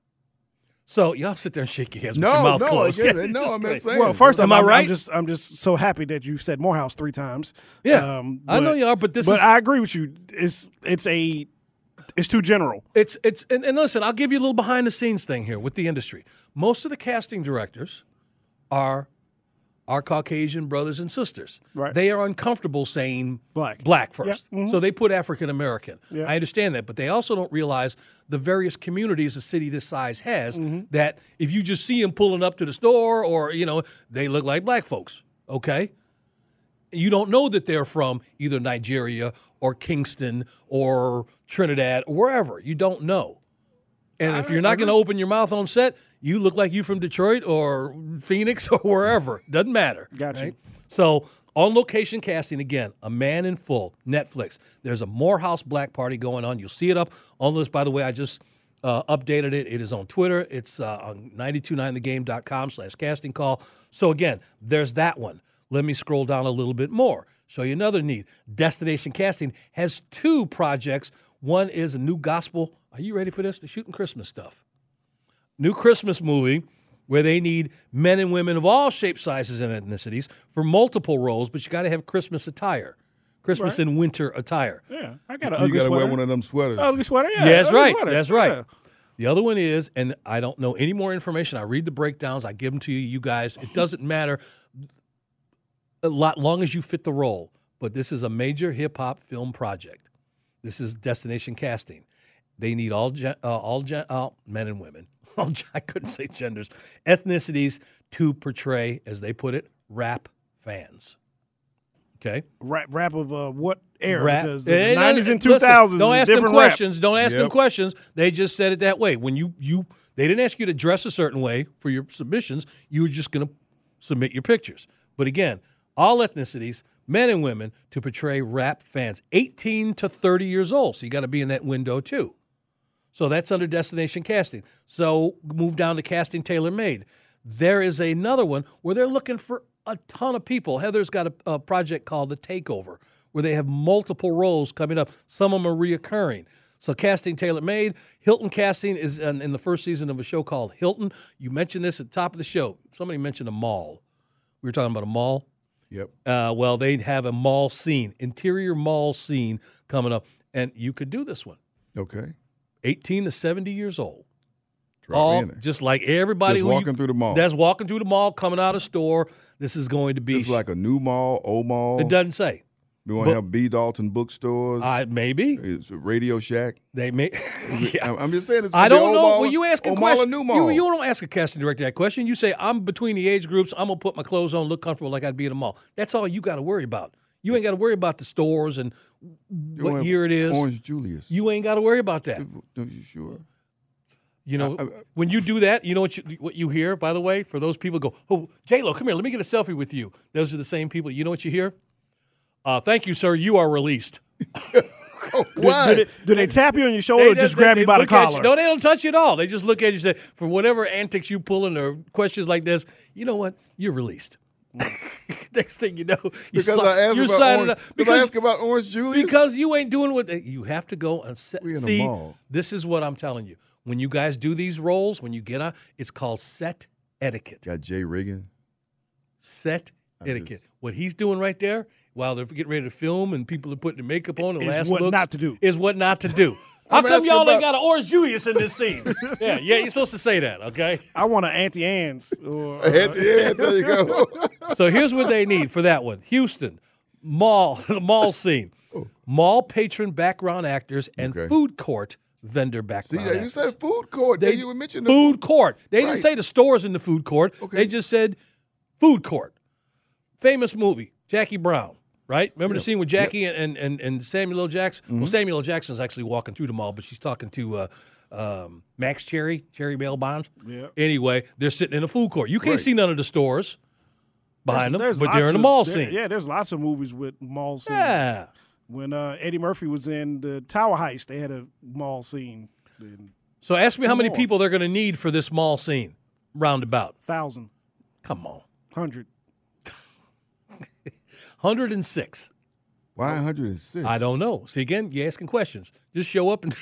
So y'all sit there and shake your heads with your
no,
mouth
no,
closed.
yeah,
Jesus
no. I'm not
Christ.
saying.
Well, first
Am
of
I
all, I'm-
right?
I'm just I'm just so happy that you said Morehouse three times. Um,
Yeah. I know you are, but this
but
is-
I agree with you. It's it's a it's too general.
It's it's and, and listen, I'll give you a little behind the scenes thing here with the industry. Most of the casting directors are our Caucasian brothers and sisters.
Right.
They are uncomfortable saying
Black.
black first.
Yeah, mhm.
So they put African American.
Yeah.
I understand that, but they also don't realize the various communities a city this size has
Mm-hmm.
that if you just see them pulling up to the store or you know, they look like black folks, okay? you don't know that they're from either Nigeria or Kingston or Trinidad or wherever. You don't know. And if you're not going to open your mouth on set, you look like you from Detroit or Phoenix or wherever. Doesn't matter.
Gotcha.
So on location casting again, a man in full, Netflix. There's a Morehouse Black Party going on. You'll see it up on this. By the way, I just uh, updated it. It is on Twitter. It's uh, on 929thegame.com slash casting call. So again, there's that one. Let me scroll down a little bit more. Show you another need. Destination Casting has two projects. One is a new gospel. Are you ready for this? The shooting Christmas stuff. New Christmas movie where they need men and women of all shapes, sizes, and ethnicities for multiple roles, but you got to have Christmas attire, Christmas and winter attire.
Yeah, I got an
You
ugly
gotta
sweater.
wear one of them sweaters.
ugly sweater. Yeah,
Yeah, that's
ugly
right.
sweater,
That's right.
yeah.
The other one is, and I don't know any more information. I read the breakdowns. I give them to you, you guys. It doesn't matter. A lot long as you fit the role. But this is a major hip hop film project. This is Destination Casting. They need all gen, uh, all gen, uh, men and women. All gen- I couldn't say genders, ethnicities to portray, as they put it, rap fans. Okay.
Rap, rap of uh, what era?
Rap-
Because
Hey,
the
no,
nineties and two
listen,
thousands.
Don't ask
different
them
rap.
questions. Don't ask them
Yep.
questions. They just said it that way. When you you they didn't ask you to dress a certain way for your submissions. You were just going to submit your pictures. But again, all ethnicities, men and women, to portray rap fans, eighteen to thirty years old. So you got to be in that window too. So that's under destination casting. So move down to casting tailor made. There is another one where they're looking for a ton of people. Heather's got a, a project called The Takeover where they have multiple roles coming up. Some of them are reoccurring. So casting tailor made. Hilton casting is in, in the first season of a show called Hilton. You mentioned this at the top of the show. Somebody mentioned a mall. We were talking about a mall.
Yep.
Uh, well, they'd have a mall scene, interior mall scene coming up, and you could do this one.
Okay.
18 to 70 years old.
Drop
all
in there.
just like everybody
Just
who you-
walking through the mall.
That's walking through the mall, coming out of store. This is going to be.
It's like a new mall, old mall.
it doesn't say.
we want to
book-
have B. Dalton bookstores.
I maybe
it's Radio Shack.
they may. yeah.
I'm, I'm just saying. uh, It's
I
gonna be
don't
old
know.
Mall,
Well, you ask a
old Mall
question.
and new
You,
mall.
you don't ask a casting director that question. You say, "I'm between the age groups. I'm gonna put my clothes on, look comfortable, like I'd be at a mall." That's all you got to worry about. You ain't got to worry about the stores and
You
what
want
year it is.
Orange Julius.
You ain't got to worry about that.
Don't you sure?
You know,
I- I-
when you do that, you know what you what you hear. By the way, for those people who go, oh J Lo, come here, let me get a selfie with you. Those are the same people. You know what you hear? Uh, thank you, sir. You are released.
Why?
Do they, do they tap you on your shoulder or just grab you by the
look at you.
collar?
No, they don't touch you at all. They just look at you and say, for whatever antics you pulling or questions like this, you know what? You're released. Next thing you know, you
Mm. because
si-
I asked
you're
about
signing
orange,
up.
because I asked about Orange Julius.
Because you ain't doing what they, you have to go and se-
We in a
see.
mall.
This is what I'm telling you. When you guys do these roles, when you get on, it's called set etiquette.
got Jay Reagan.
Set
I just-
etiquette. What he's doing right there, while they're getting ready to film and people are putting their makeup on and
Is
last
what
looks,
not to do.
is what not to do. How
I'm
come
asking
y'all ain't
about-
got an orange Julius in this scene? yeah, yeah, you're supposed to say that, okay?
I want an Auntie Anne's. Or,
At
uh,
the end, there you go.
So here's what they need for that one: Houston mall, the mall scene, mall patron background actors, and
Oh. Okay.
food court vendor
See,
background.
you
actors.
said food court. They, you were mentioning the
food court. They
Right.
didn't say the stores in the food court. They
Okay.
just said food court. Famous movie, Jackie Brown. Right? Remember the scene with Jackie and, and, and Samuel L. Jackson? Well, Samuel L. Jackson's actually walking through the mall, but she's talking to uh, um, Max Cherry, Cherry Bell Bonds. Anyway, they're sitting in a food court. You can't see none of the stores behind
There's
them, but
lots
they're in a
of-
mall
there-
scene.
Yeah, there's lots of movies with mall scenes.
Yeah.
When uh, Eddie Murphy was in the Tower Heist, they had a mall scene. Then
So ask me how many
more.
people they're going to need for this mall scene roundabout.
thousand,
Come on.
hundred.
106.
Why 106?
I don't know. See, again, you're asking questions. Just show up and.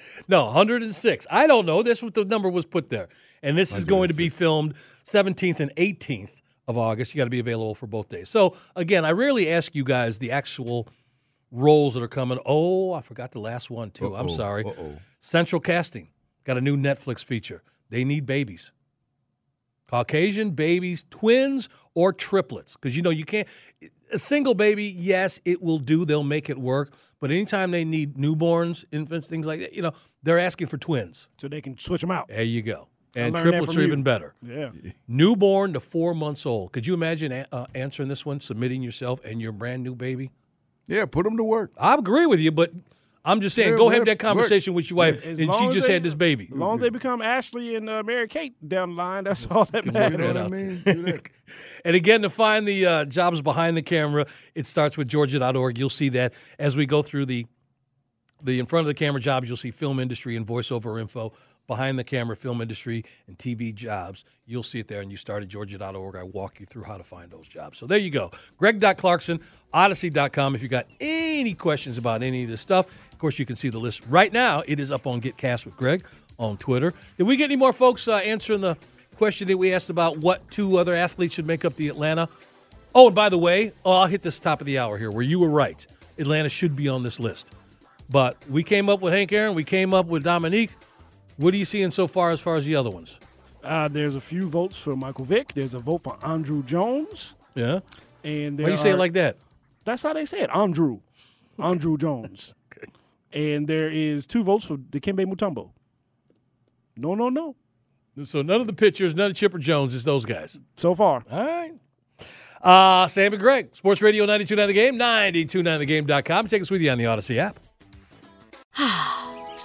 no, 106. I don't know. That's what the number was put there. And this is going to be filmed 17th and 18th of August. You got to be available for both days. So, again, I rarely ask you guys the actual roles that are coming. Oh, I forgot the last one, too. I'm
Uh-oh,
sorry.
uh-oh.
Central Casting got a new Netflix feature. They need babies. Caucasian babies, twins or triplets. Because you know, you can't, a single baby, yes, it will do. They'll make it work. But anytime they need newborns, infants, things like that, you know, they're asking for twins.
So they can switch them out.
There you go. And
learned that
triplets
from
are
you.
even better.
Yeah.
Newborn to four months old. Could you imagine a- uh, answering this one, submitting yourself and your brand new baby?
Yeah, put them to work.
I agree with you, but I'm just saying,
Yeah,
go
let
have
it
that conversation with your wife.
As
and
long
she
as
just
they-
had this baby.
As long as they become Ashley and uh, Mary Kate down the line, that's all that
You know
matters.
what I mean? Do that.
And again, to find the uh, jobs behind the camera, it starts with georgia.org. You'll see that as we go through the the in front of the camera jobs you'll see film industry and voiceover info behind the camera film industry and tv jobs you'll see it there and you start at georgia.org i walk you through how to find those jobs so there you go greg.clarkson odyssey.com if you got any questions about any of this stuff of course you can see the list right now it is up on get cast with greg on twitter did we get any more folks uh, answering the question that we asked about what two other athletes should make up the atlanta oh and by the way oh, i'll hit this top of the hour here where you were right atlanta should be on this list but we came up with Hank Aaron. We came up with Dominique. What are you seeing so far as far as the other ones?
Uh, there's a few votes for Michael Vick. There's a vote for Andrew Jones.
Yeah.
And
Why
there
you say
are-
it like that?
That's how they say it. Andrew. Andrew Jones. And there is two votes for Dikembe Mutombo. No, no, no.
So none of the pitchers, none of Chipper Jones, it's those guys.
So far.
All right. Uh, Sam and Greg, Sports Radio 929 The Game, 929thegame.com. Take us with you on the Odyssey app.